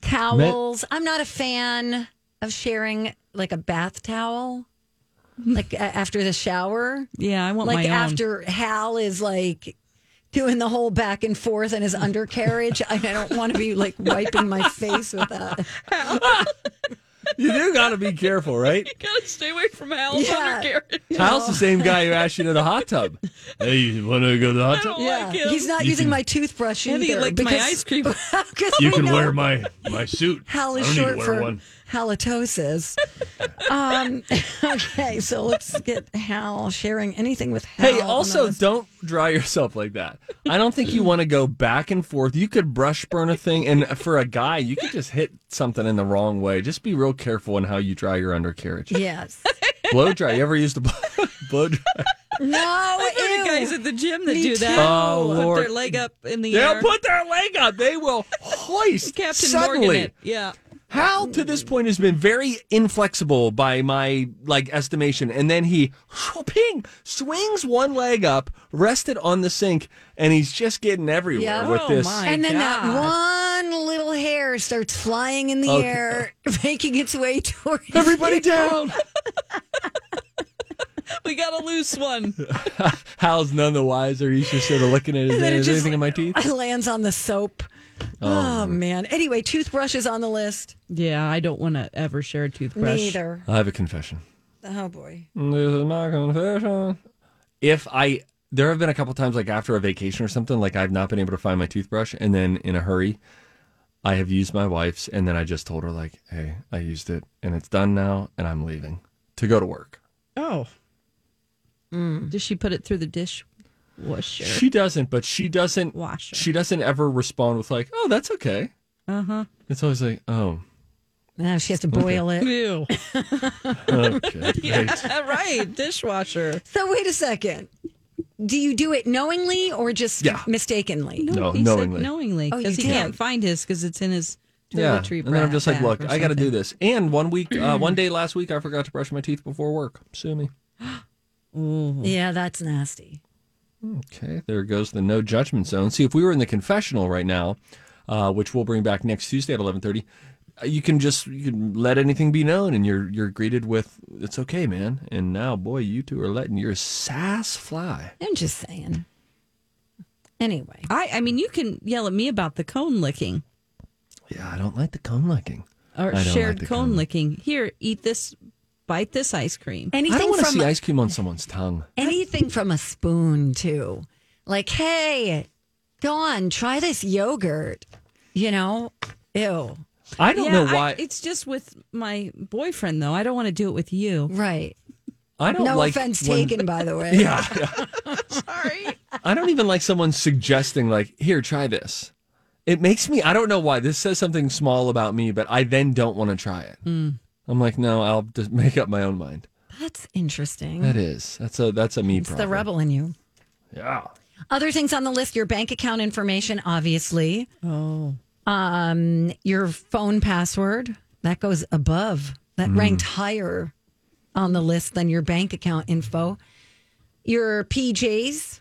Speaker 1: Towels. I'm not a fan of sharing like a bath towel, like a- after the shower.
Speaker 3: Yeah, I want
Speaker 1: Like
Speaker 3: my own.
Speaker 1: after Hal is like doing the whole back and forth in his undercarriage. I don't want to be like wiping my face with that.
Speaker 2: You do got to be careful, right?
Speaker 3: Gotta stay away from Al's
Speaker 1: Yeah.
Speaker 3: undercarriage.
Speaker 2: Hal's the same guy who asked you to the hot tub. Hey, you want to go to the hot tub?
Speaker 1: Yeah,
Speaker 3: him.
Speaker 1: he's not
Speaker 2: You
Speaker 1: using
Speaker 2: can-
Speaker 1: my toothbrush
Speaker 3: I
Speaker 1: either.
Speaker 3: think he licked my
Speaker 1: because-
Speaker 3: ice cream.
Speaker 1: 'cause
Speaker 2: You
Speaker 1: we
Speaker 2: can
Speaker 1: know
Speaker 2: wear my my suit.
Speaker 1: Hal
Speaker 2: I
Speaker 1: is
Speaker 2: don't need to
Speaker 1: short
Speaker 2: wear
Speaker 1: for
Speaker 2: one.
Speaker 1: halitosis. um, okay, so let's get Hal sharing anything with Hal.
Speaker 2: Hey,
Speaker 3: Oh,
Speaker 1: on
Speaker 2: also
Speaker 1: this.
Speaker 2: don't dry yourself like that. I don't think you want to go back and forth. You could brush burn a thing, and for a guy, you could just hit something in the wrong way. Just be real careful in how you dry your undercarriage.
Speaker 1: yes,
Speaker 2: Blow dry. You ever used a blow, blow dry?
Speaker 1: no,
Speaker 3: I've heard of
Speaker 1: ew.
Speaker 3: guys oh at the gym that
Speaker 1: Me
Speaker 3: do that.
Speaker 1: too.
Speaker 2: Oh,
Speaker 3: Put
Speaker 2: Lord.
Speaker 3: their leg up in the
Speaker 2: They'll
Speaker 3: air.
Speaker 2: put their leg up. They will hoist
Speaker 3: Captain
Speaker 2: suddenly.
Speaker 3: Morgan. It. Mm. Yeah.
Speaker 2: Hal to this point has been very inflexible by my like estimation, and then he ping swings one leg up, rested on the sink, and he's just getting everywhere
Speaker 1: Yeah.
Speaker 2: with
Speaker 3: Oh,
Speaker 2: this.
Speaker 3: my.
Speaker 1: and then that
Speaker 3: God.
Speaker 1: one little hair starts flying in the
Speaker 2: Okay.
Speaker 1: air, making its way towards
Speaker 2: Everybody down.
Speaker 3: We got a loose one.
Speaker 2: Hal's none the wiser. He's just sort of looking at his.
Speaker 1: then it
Speaker 2: Is
Speaker 1: just-
Speaker 2: anything in my teeth?
Speaker 1: lands on the soap. Oh. man. Anyway, toothbrush is on the list.
Speaker 3: Yeah, I don't want to ever share a toothbrush.
Speaker 1: Neither.
Speaker 2: I have a confession.
Speaker 1: Oh boy.
Speaker 2: This is my confession. If I there have been a couple times like after a vacation or something, like I've not been able to find my toothbrush, and then in a hurry, I have used my wife's, and then I just told her like, "Hey, I used it, and it's done now, and I'm leaving to go to work."
Speaker 3: Oh. Does she put it through the dishwasher?
Speaker 2: She doesn't, but she doesn't.
Speaker 3: Washer.
Speaker 2: She doesn't ever respond with like, "Oh, that's okay." Uh huh. It's always like, "Oh,
Speaker 1: Now Ah, she has to boil it.
Speaker 3: Ew.
Speaker 2: okay." great."
Speaker 3: right, dishwasher.
Speaker 1: So wait a second. Do you do it knowingly or just
Speaker 2: Yeah.
Speaker 1: mistakenly?
Speaker 2: No,
Speaker 3: he
Speaker 2: knowingly.
Speaker 3: Said knowingly,
Speaker 1: Oh, you
Speaker 3: because he
Speaker 1: did.
Speaker 3: can't find his because it's in his
Speaker 2: Yeah,
Speaker 3: toiletry
Speaker 2: and then I'm just like,
Speaker 3: bra-
Speaker 2: look,
Speaker 3: bag or
Speaker 2: I got to do
Speaker 3: something."
Speaker 2: this. And one week, uh, one day last week, I forgot to brush my teeth before work. Sue me.
Speaker 1: Yeah, that's nasty.
Speaker 2: Okay, there goes the no judgment zone. See, if we were in the confessional right now, uh, which we'll bring back next Tuesday at eleven thirty, uh, you can just you can let anything be known, and you're you're greeted with "It's okay, man." And now, boy, you two are letting your sass fly.
Speaker 1: I'm just saying. Anyway.
Speaker 3: I, I mean, you can yell at me about the cone licking
Speaker 2: Yeah, I don't like the cum licking. I
Speaker 3: or
Speaker 2: don't
Speaker 3: shared
Speaker 2: like the
Speaker 3: cone
Speaker 2: cone.
Speaker 3: licking. Here, eat this, bite this ice cream.
Speaker 1: Anything
Speaker 2: I don't want to
Speaker 1: from
Speaker 2: see ice cream on someone's tongue.
Speaker 1: anything from a spoon too. Like, hey, Dawn, try this yogurt. You know? Ew.
Speaker 2: I don't know
Speaker 3: I-
Speaker 2: why. I,
Speaker 3: it's just with my boyfriend though. I don't want to do it with you.
Speaker 1: Right.
Speaker 2: don't
Speaker 1: No
Speaker 2: like
Speaker 1: offense
Speaker 2: when-
Speaker 1: taken, by the way.
Speaker 2: Yeah. Sorry. I don't even like someone suggesting, like, here, try this. It makes me, I don't know why. This says something small about me, but I then don't want to try it.
Speaker 1: Hmm.
Speaker 2: I'm like, no, I'll just make up my own mind.
Speaker 1: That's interesting.
Speaker 2: That is. That's a that's a me
Speaker 1: it's
Speaker 2: problem.
Speaker 1: the rebel in you.
Speaker 2: Yeah.
Speaker 1: Other things on the list your bank account information, obviously. Oh. Um, your phone password. That goes above. That
Speaker 2: Mm.
Speaker 1: ranked higher on the list than your bank account info. Your PJs,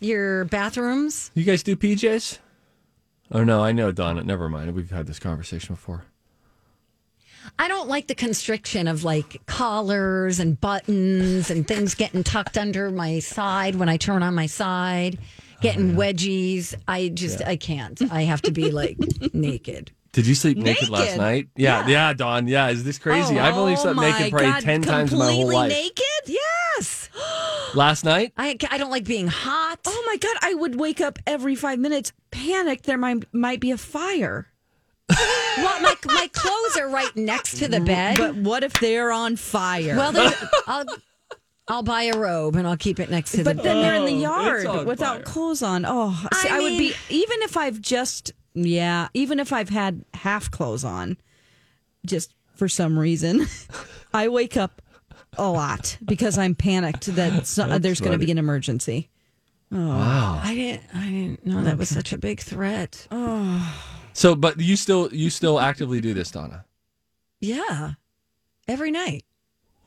Speaker 1: your bathrooms.
Speaker 2: You guys do PJs? Oh no, I know Donna. Never mind. We've had this conversation before.
Speaker 1: I don't like the constriction of like collars and buttons and things getting tucked under my side when I turn on my side,
Speaker 2: Oh,
Speaker 1: getting wedgies. I just, I can't. I have to be like naked.
Speaker 2: Did you sleep naked, last
Speaker 3: Naked?
Speaker 2: night? Yeah, yeah, Don. Yeah, is this crazy?
Speaker 1: Oh,
Speaker 2: I've only
Speaker 1: oh
Speaker 2: slept
Speaker 1: my
Speaker 2: naked probably
Speaker 1: God,
Speaker 2: ten times in my whole
Speaker 1: completely
Speaker 2: life.
Speaker 1: Naked? Yes.
Speaker 2: Last night?
Speaker 1: I, I don't like being hot.
Speaker 3: Oh my god, I would wake up every five minutes, panicked. There might might be a fire.
Speaker 1: Well, my my clothes are right next to the bed.
Speaker 3: But what if they're on fire?
Speaker 1: well, there's, I'll I'll buy a robe and I'll keep it next to the
Speaker 3: but then
Speaker 1: bed.
Speaker 3: they're in the
Speaker 2: Oh, it's on
Speaker 3: yard without
Speaker 2: fire.
Speaker 3: clothes on. Oh, see, I,
Speaker 1: I
Speaker 3: would
Speaker 1: mean-
Speaker 3: be even if I've just yeah, even if I've had half clothes on, just for some reason, I wake up a lot because I'm panicked that so, there's going to be an emergency.
Speaker 1: Oh.
Speaker 2: Wow.
Speaker 1: I didn't I didn't know that was such a big threat.
Speaker 2: Oh. So but you still you still actively do this, Donna?
Speaker 1: Yeah, every night.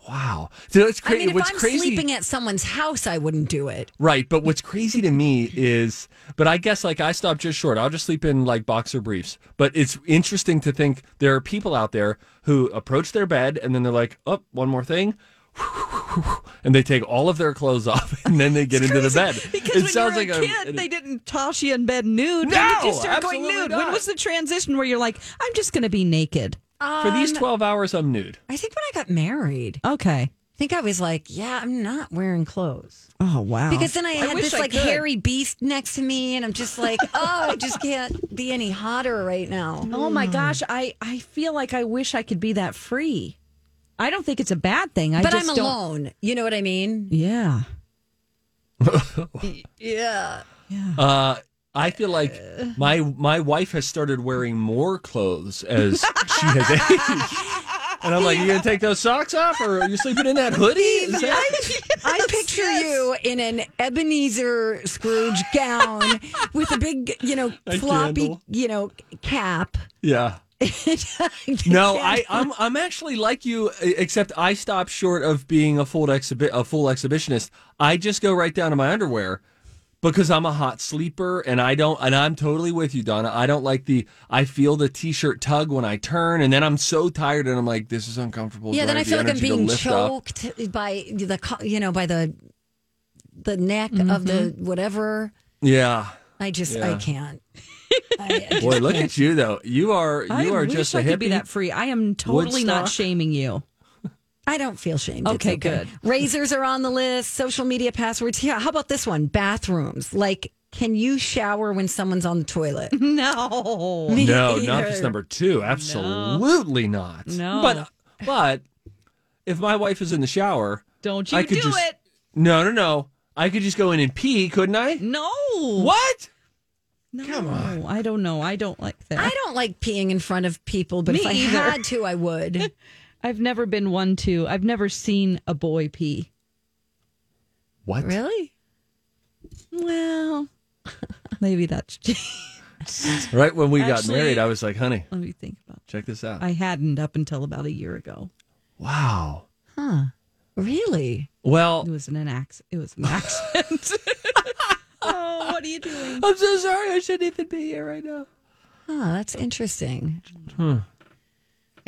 Speaker 2: Wow. So it's
Speaker 1: I
Speaker 2: crazy.
Speaker 1: mean, if
Speaker 2: what's
Speaker 1: I'm
Speaker 2: crazy,
Speaker 1: sleeping at someone's house, I wouldn't do it.
Speaker 2: right? But what's crazy to me is, but I guess like I stopped just short. I'll just sleep in like boxer briefs. But it's interesting to think there are people out there who approach their bed and then they're like, oh, one more thing. And they take all of their clothes off and then they get into the bed.
Speaker 3: Because
Speaker 2: it
Speaker 3: when
Speaker 2: sounds
Speaker 3: you were
Speaker 2: like
Speaker 3: a kid, they didn't toss you in bed nude.
Speaker 2: No,
Speaker 3: when did you start going
Speaker 2: absolutely
Speaker 3: nude? When
Speaker 2: not.
Speaker 3: was the transition where you're like, I'm just going to be naked? um,
Speaker 2: for these twelve hours, I'm nude.
Speaker 1: I think when I got married,
Speaker 3: Okay,
Speaker 1: think I was like, yeah, I'm not wearing clothes.
Speaker 3: Oh wow!
Speaker 1: Because then I had
Speaker 3: wish
Speaker 1: this
Speaker 3: I
Speaker 1: like
Speaker 3: could.
Speaker 1: hairy beast next to me, and I'm just like, oh, I just can't be any hotter right now.
Speaker 3: Oh my
Speaker 2: Hmm.
Speaker 3: gosh, I I feel like I wish I could be that free. I don't think it's a bad thing. I
Speaker 1: Mm. but
Speaker 3: just
Speaker 1: I'm
Speaker 3: don't-
Speaker 1: alone. You know what I mean?
Speaker 3: Yeah.
Speaker 1: Yeah.
Speaker 2: Uh, I feel like
Speaker 3: Uh.
Speaker 2: my my wife has started wearing more clothes as she has aged. And I'm like, you gonna take those socks off, or are you sleeping in that hoodie? Is that-
Speaker 1: I picture you in an Ebenezer Scrooge gown with a big, you know,
Speaker 2: A
Speaker 1: floppy,
Speaker 2: candle.
Speaker 1: you know, cap.
Speaker 2: yeah. No, I, I'm I'm actually like you, e- except I stop short of being a full exhibi- a full exhibitionist. I just go right down to my underwear because I'm a hot sleeper, and I don't. And I'm totally with you, Donna. I don't like the. I feel the t-shirt tug when I turn, and then I'm so tired, and I'm like, this is uncomfortable.
Speaker 1: yeah,
Speaker 2: Do
Speaker 1: then I
Speaker 2: have the
Speaker 1: feel like I'm
Speaker 2: energy to
Speaker 1: being
Speaker 2: lift up?
Speaker 1: choked by the, co- you know, by the, the neck of the
Speaker 3: Mm-hmm.
Speaker 1: whatever.
Speaker 2: Yeah.
Speaker 1: I just, I
Speaker 2: Yeah.
Speaker 1: can't. I, I
Speaker 2: Boy, look at you though. You are
Speaker 3: I
Speaker 2: you are
Speaker 3: wish
Speaker 2: just a
Speaker 3: I could be
Speaker 2: hippie.
Speaker 3: that free. I am totally not
Speaker 2: Woodstock.
Speaker 3: shaming you.
Speaker 1: I don't feel shamed. It's
Speaker 3: Okay, good.
Speaker 1: Razors are on the list. Social media passwords. Yeah. How about this one? Bathrooms. Like, can you shower when someone's on the toilet?
Speaker 3: Mm-hmm. No.
Speaker 1: Me
Speaker 2: no, not
Speaker 1: either.
Speaker 2: just number two. Absolutely not.
Speaker 3: No.
Speaker 2: But but if my wife is in the shower,
Speaker 3: Don't you
Speaker 2: I could
Speaker 3: do
Speaker 2: just,
Speaker 3: it.
Speaker 2: No, no, no. I could just go in and pee, couldn't I?
Speaker 3: No.
Speaker 2: What?
Speaker 3: No. I don't know. I don't like that.
Speaker 1: I don't like peeing in front of people, but
Speaker 3: Me
Speaker 1: if I
Speaker 3: either.
Speaker 1: had to, I would.
Speaker 3: I've never been one to. I've never seen a boy pee.
Speaker 2: What?
Speaker 1: really?
Speaker 3: Well, maybe that's.
Speaker 2: Right when we got
Speaker 3: Actually-
Speaker 2: married, I was like, honey,
Speaker 3: Let me think about.
Speaker 2: check this out.
Speaker 3: I hadn't up until about a year ago.
Speaker 2: wow.
Speaker 1: Really?
Speaker 2: Well,
Speaker 3: It was an, an accident. It was an accident. oh, what are you doing?
Speaker 2: I'm so sorry. I shouldn't even be here right now.
Speaker 1: Huh, Ah, that's interesting.
Speaker 3: I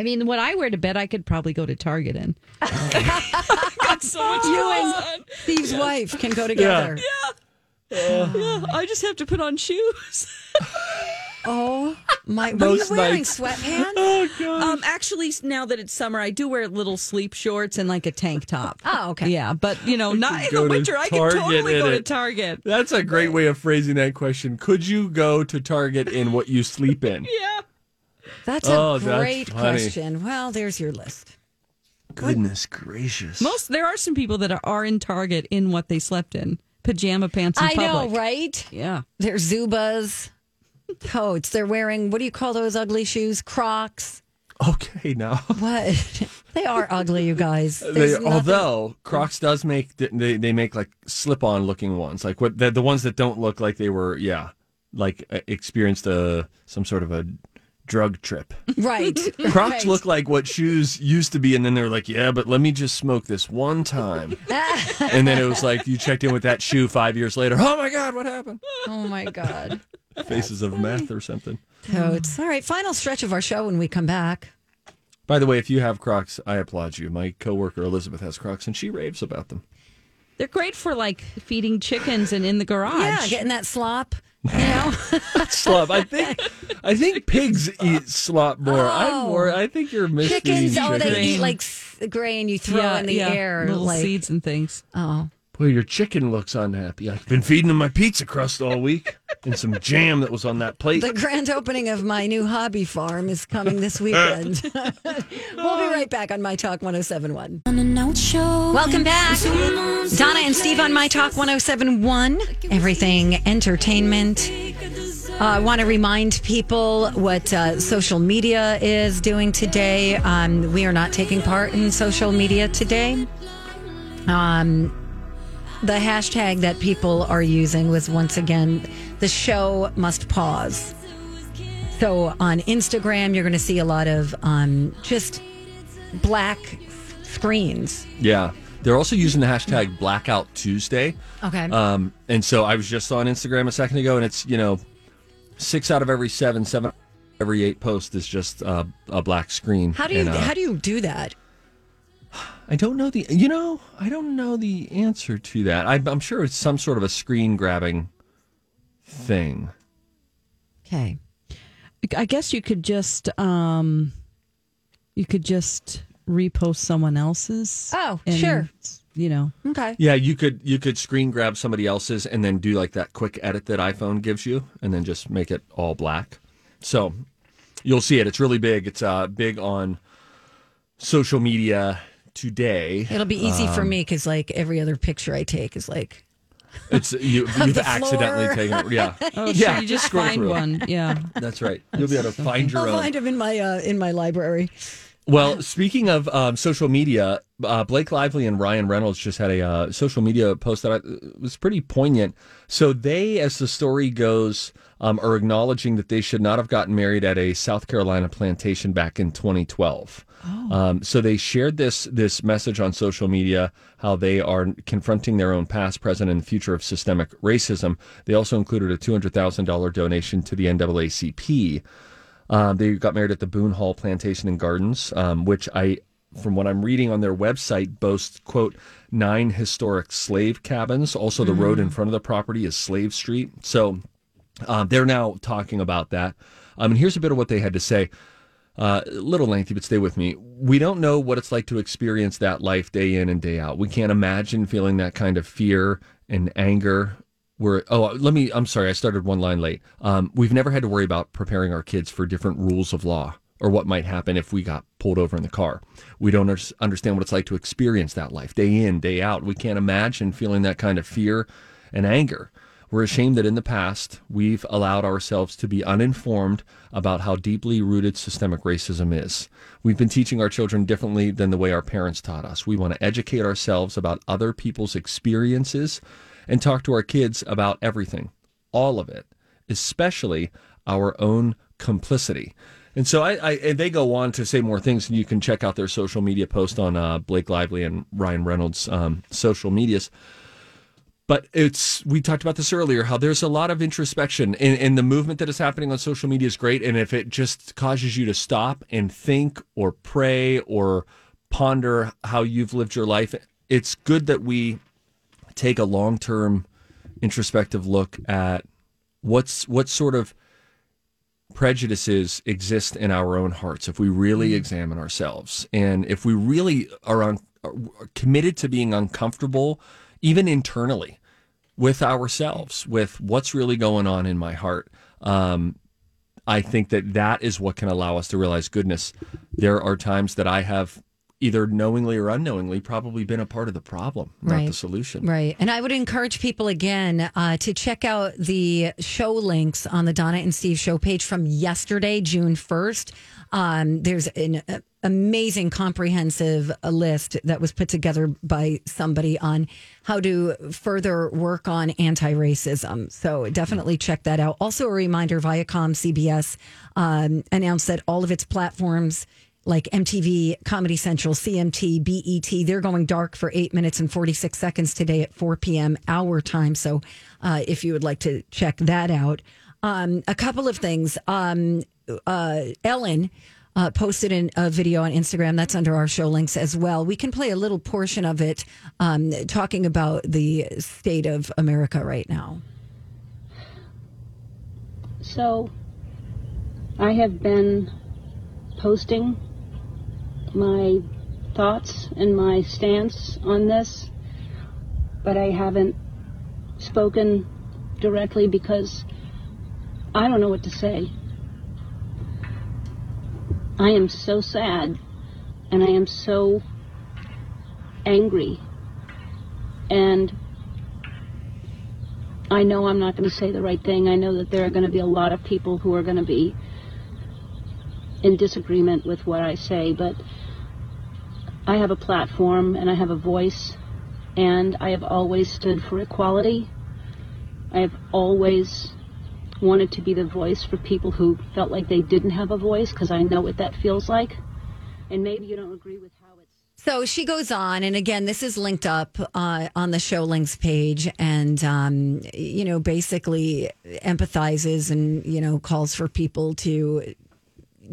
Speaker 3: mean, what I wear to bed, I could probably go to Target in. Got so much
Speaker 1: You
Speaker 3: going
Speaker 1: and
Speaker 3: on.
Speaker 1: Steve's wife can go together.
Speaker 3: Yeah, I just have to put on shoes.
Speaker 1: Oh, my. What are you
Speaker 2: Most
Speaker 1: wearing?
Speaker 2: nights.
Speaker 1: Sweatpants?
Speaker 2: Oh,
Speaker 3: Um, actually, s- now that it's summer, I do wear little sleep shorts and like a tank top.
Speaker 1: Oh, okay.
Speaker 3: Yeah, but you know, not in
Speaker 2: go
Speaker 3: the
Speaker 2: to
Speaker 3: winter. I could
Speaker 2: Target
Speaker 3: totally
Speaker 2: in
Speaker 3: go to
Speaker 2: it.
Speaker 3: Target.
Speaker 2: That's a great way of phrasing that question. Could you go to Target in what you sleep in?
Speaker 3: Yeah.
Speaker 1: That's
Speaker 2: Oh,
Speaker 1: a
Speaker 2: that's
Speaker 1: great
Speaker 2: funny.
Speaker 1: question. Well, there's your list.
Speaker 2: Goodness gracious.
Speaker 3: Most there are some people that are, are in Target in what they slept in pajama pants. In
Speaker 1: I know,
Speaker 3: public.
Speaker 1: right?
Speaker 3: Yeah.
Speaker 1: They're Zubas, coats. They're wearing, what do you call those ugly shoes? Crocs.
Speaker 2: Okay, now.
Speaker 1: What? they are ugly, you guys.
Speaker 2: They,
Speaker 1: There's nothing-
Speaker 2: although Crocs does make they they make like slip on looking ones, like what the, the ones that don't look like they were, yeah, like uh, experienced a some sort of a drug trip.
Speaker 1: Right.
Speaker 2: Crocs
Speaker 1: right.
Speaker 2: look like what shoes used to be, and then they're like, yeah, but let me just smoke this one time, and then it was like you checked in with that shoe five years later. Oh my god, what happened?
Speaker 1: oh, my God.
Speaker 2: Faces of meth or something.
Speaker 1: Coats. All right. Final stretch of our show when we come back.
Speaker 2: By the way, if you have Crocs, I applaud you. My coworker Elizabeth has Crocs, and she raves about them.
Speaker 3: They're great for like feeding chickens and in the
Speaker 1: Yeah,
Speaker 3: garage.
Speaker 1: getting that slop. You know?
Speaker 2: slop. I think I think pigs eat slop more. I'm more. I think you're missing
Speaker 1: Oh. Chickens. Oh,
Speaker 2: chickens.
Speaker 1: they eat like s- grain you throw in the air.
Speaker 3: little
Speaker 1: like,
Speaker 3: seeds and things.
Speaker 1: Oh.
Speaker 2: Boy, your chicken looks unhappy. I've been feeding them my pizza crust all week and some jam that was on that plate.
Speaker 1: The grand opening of my new hobby farm is coming this weekend. we'll be right back on My Talk 1071. Welcome back. Donna and Steve on My Talk 1071. Everything entertainment. Uh, I want to remind people what uh, social media is doing today. Um, we are not taking part in social media today. Um, the hashtag that people are using was once again the show must pause. So on Instagram, you're going to see a lot of um, just black screens.
Speaker 2: yeah, they're also using the hashtag Blackout Tuesday.
Speaker 1: Okay.
Speaker 2: Um, and so I was just on Instagram a second ago, and it's you know, six out of every seven, seven out of every eight post is just uh, a black screen.
Speaker 1: how do you
Speaker 2: And, uh,
Speaker 1: how do you do that?
Speaker 2: I don't know the. You know, I don't know the answer to that. I, I'm sure it's some sort of a screen grabbing thing.
Speaker 1: Okay.
Speaker 3: I guess you could just um you could just repost someone else's.
Speaker 1: Oh, sure.
Speaker 3: You know,
Speaker 1: Okay.
Speaker 2: Yeah, you could you could screen grab somebody else's and then do like that quick edit that iPhone gives you, and then just make it all black. So you'll see it. It's really big. It's uh, big on social media today.
Speaker 1: It'll be easy
Speaker 2: Um,
Speaker 1: for me because like every other picture I take is like
Speaker 2: It's you, you've
Speaker 1: the
Speaker 2: accidentally
Speaker 1: floor.
Speaker 2: taken it. Yeah,
Speaker 3: oh,
Speaker 2: Yeah,
Speaker 3: sure, you just
Speaker 2: scroll
Speaker 3: find
Speaker 2: through.
Speaker 3: one. Oh, Yeah,
Speaker 2: that's right. You'll be able to find your
Speaker 1: I'll
Speaker 2: own.
Speaker 1: find them in my uh, in my library.
Speaker 2: Well, speaking of um, social media, uh, Blake Lively and Ryan Reynolds just had a uh, social media post that I, uh, was pretty poignant. So they, as the story goes, um, are acknowledging that they should not have gotten married at a South Carolina plantation back in 2012. Um, so they shared this this message on social media how they are confronting their own past, present, and future of systemic racism. They also included a two hundred thousand dollar donation to the NAACP. Um, they got married at the Boone Hall Plantation and Gardens, um, which I, from what I'm reading on their website, boasts quote nine historic slave cabins. Also, the road in front of the property is Slave Street. So um, they're now talking about that. Um, and here's a bit of what they had to say. Uh, a little lengthy, but stay with me. We don't know what it's like to experience that life day in and day out. We can't imagine feeling that kind of fear and anger. We're, oh, let me, I'm sorry, I started one line late. Um, we've never had to worry about preparing our kids for different rules of law or what might happen if we got pulled over in the car. We don't under- understand what it's like to experience that life day in, day out. We can't imagine feeling that kind of fear and anger. We're ashamed that in the past we've allowed ourselves to be uninformed about how deeply rooted systemic racism is. We've been teaching our children differently than the way our parents taught us. We want to educate ourselves about other people's experiences and talk to our kids about everything, all of it, especially our own complicity. And so I, I and they go on to say more things, and you can check out their social media post on uh, Blake Lively and Ryan Reynolds' um, social medias but it's we talked about this earlier how there's a lot of introspection and, and the movement that is happening on social media is great and if it just causes you to stop and think or pray or ponder how you've lived your life it's good that we take a long-term introspective look at what's what sort of prejudices exist in our own hearts if we really examine ourselves and if we really are, un- are committed to being uncomfortable even internally with ourselves with what's really going on in my heart um, i think that that is what can allow us to realize goodness there are times that i have either knowingly or unknowingly probably been a part of the problem not the
Speaker 1: Right.
Speaker 2: solution
Speaker 1: Right. And I would encourage people again uh, to check out the show links on the Donna and Steve show page from yesterday, June 1st. Um, there's an uh, amazing comprehensive uh, list that was put together by somebody on how to further work on anti racism. So definitely check that out. Also, a reminder Viacom CBS um, announced that all of its platforms like MTV, Comedy Central, CMT, BET. E They're going dark for eight minutes and 46 seconds today at 4 p.m. our time. So uh, if you would like to check that out, um, a couple of things. Um, uh, Ellen. Uh, posted in a video on Instagram. That's under our show links as well. We can play a little portion of it um, talking about the state of America right now.
Speaker 8: So, I have been posting my thoughts and my stance on this, but I haven't spoken directly because I don't know what to say. I am so sad and I am so angry, and I know I'm not going to say the right thing. I know that there are going to be a lot of people who are going to be in disagreement with what I say, but I have a platform and I have a voice, and I have always stood for equality. I have always wanted to be the voice for people who felt like they didn't have a voice because I know what that feels like. And maybe you don't agree with how it's.
Speaker 1: So she goes on, and again, this is linked up uh, on the show links page, and um, you know, basically empathizes and you know calls for people to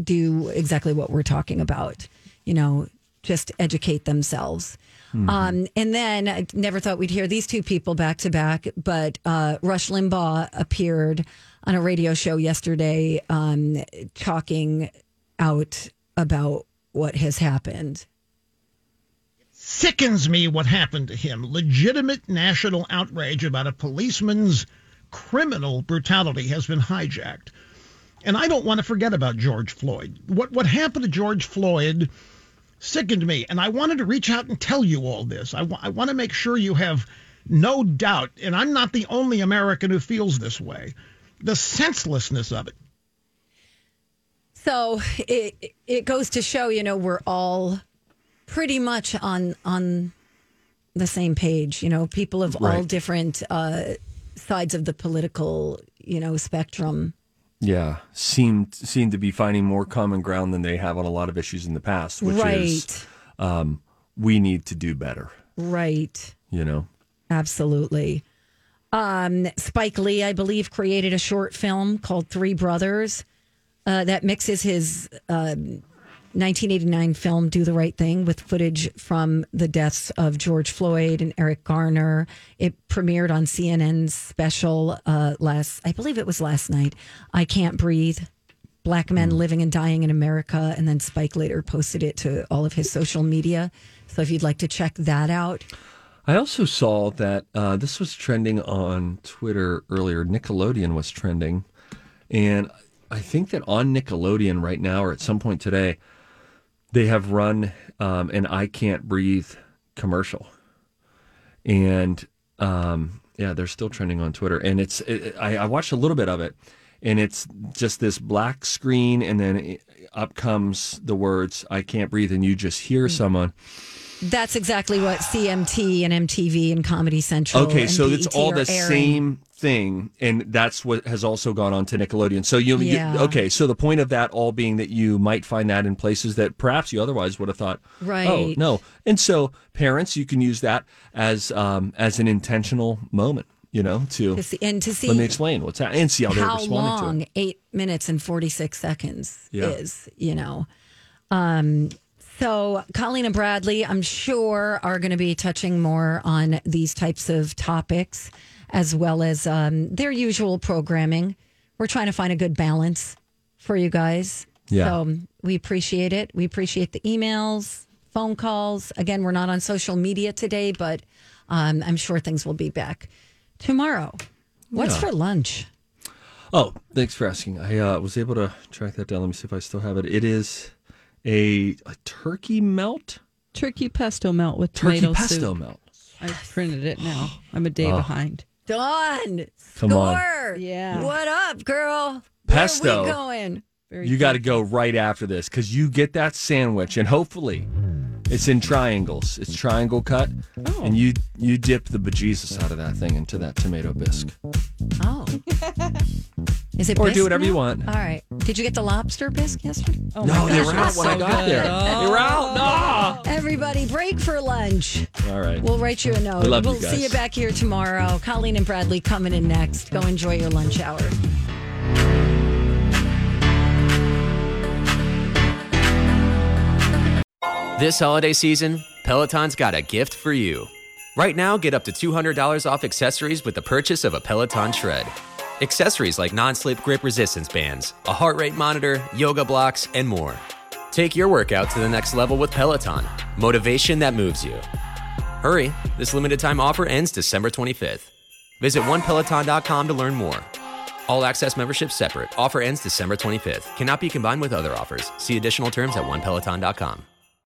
Speaker 1: do exactly what we're talking about. You know, just educate themselves. Um, and then I never thought we'd hear these two people back to back, but uh, Rush Limbaugh appeared on a radio show yesterday, um, talking out about what has happened
Speaker 9: sickens me what happened to him. Legitimate national outrage about a policeman's criminal brutality has been hijacked. And I don't want to forget about George Floyd. What what happened to George Floyd sickened me, and I wanted to reach out and tell you all this. I, wa- I want to make sure you have no doubt, and I'm not the only American who feels this way. The senselessness of it.
Speaker 1: So it it goes to show, you know, we're all pretty much on on the same page. You know, people of all
Speaker 2: Right.
Speaker 1: different uh, sides of the political, you know, spectrum.
Speaker 2: Yeah, seem seem to be finding more common ground than they have on a lot of issues in the past, which is um, we need to do better.
Speaker 1: Right.
Speaker 2: You know,
Speaker 1: Absolutely. Um, Spike Lee, I believe, created a short film called Three Brothers uh, that mixes his um 1989 film Do the Right Thing with footage from the deaths of George Floyd and Eric Garner. It premiered on CNN's special uh, last, I believe it was last night. I Can't Breathe. Black men living and dying in America. And then Spike later posted it to all of his social media. So if you'd like to check that out,
Speaker 2: I also saw that uh, this was trending on Twitter earlier. Nickelodeon was trending, and I think that on Nickelodeon right now, or at some point today, they have run um, an "I Can't Breathe" commercial, and um, yeah, they're still trending on Twitter. And it's it, I, I watched a little bit of it, and it's just this black screen, and then it, up comes the words "I Can't Breathe," and you just hear someone.
Speaker 1: That's exactly what CMT and MTV and Comedy Central.
Speaker 2: Okay,
Speaker 1: and
Speaker 2: so it's
Speaker 1: BET
Speaker 2: all
Speaker 1: are
Speaker 2: the
Speaker 1: airing.
Speaker 2: same thing, and that's what has also gone on to Nickelodeon. So you, you-
Speaker 1: Yeah.
Speaker 2: okay? So the point of that all being that you might find that in places that perhaps you otherwise would have thought, Oh
Speaker 1: Right.
Speaker 2: no! And so parents, you can use that as um, as an intentional moment, you know, to,
Speaker 1: To see- and to see
Speaker 2: let me explain what's happening and see how they're
Speaker 1: How
Speaker 2: responding to it.
Speaker 1: long? Eight minutes and forty six seconds
Speaker 2: Yeah.
Speaker 1: is you know. Um, so Colleen and Bradley, I'm sure, are going to be touching more on these types of topics, as well as um, their usual programming. We're trying to find a good balance for you guys.
Speaker 11: Yeah.
Speaker 1: So um, we appreciate it. We appreciate the emails, phone calls. Again, we're not on social media today, but um, I'm sure things will be back tomorrow. What's
Speaker 2: Yeah.
Speaker 1: for lunch?
Speaker 2: Oh, thanks for asking. I uh, was able to track that down. Let me see if I still have it. It is a, a turkey melt,
Speaker 3: Turkey pesto melt with
Speaker 2: turkey
Speaker 3: tomato
Speaker 2: pesto
Speaker 3: soup.
Speaker 2: melt.
Speaker 3: I printed it now. I'm a day
Speaker 2: Oh.
Speaker 3: behind.
Speaker 1: Dawn,
Speaker 2: Come on.
Speaker 1: score. Yeah. What up, girl? Where
Speaker 2: Pesto.
Speaker 1: we going?
Speaker 2: you got to go right after this because you get that sandwich, and hopefully, it's in triangles. It's triangle cut, and you you dip the bejesus out of that thing into that tomato bisque,
Speaker 1: Oh. Is it
Speaker 2: or
Speaker 1: bisque
Speaker 2: do whatever you
Speaker 1: now?
Speaker 2: want.
Speaker 1: All right. Did you get the lobster bisque yesterday? Oh
Speaker 2: No, my they gosh, were it out was when I so got good. there. They were out.
Speaker 1: Everybody, break for lunch.
Speaker 2: All right.
Speaker 1: We'll write you a note.
Speaker 2: We love you
Speaker 1: will
Speaker 2: guys.
Speaker 1: see you back here tomorrow. Colleen and Bradley coming in next. Go enjoy your lunch hour.
Speaker 12: This holiday season, Peloton's got a gift for you. Right now, get up to $200 off accessories with the purchase of a Peloton Shred. Accessories like non slip grip resistance bands, a heart rate monitor, yoga blocks, and more. Take your workout to the next level with Peloton motivation that moves you. Hurry, this limited time offer ends December 25th. Visit onepeloton.com to learn more. All access membership separate. Offer ends December 25th. Cannot be combined with other offers. See additional terms at onepeloton.com.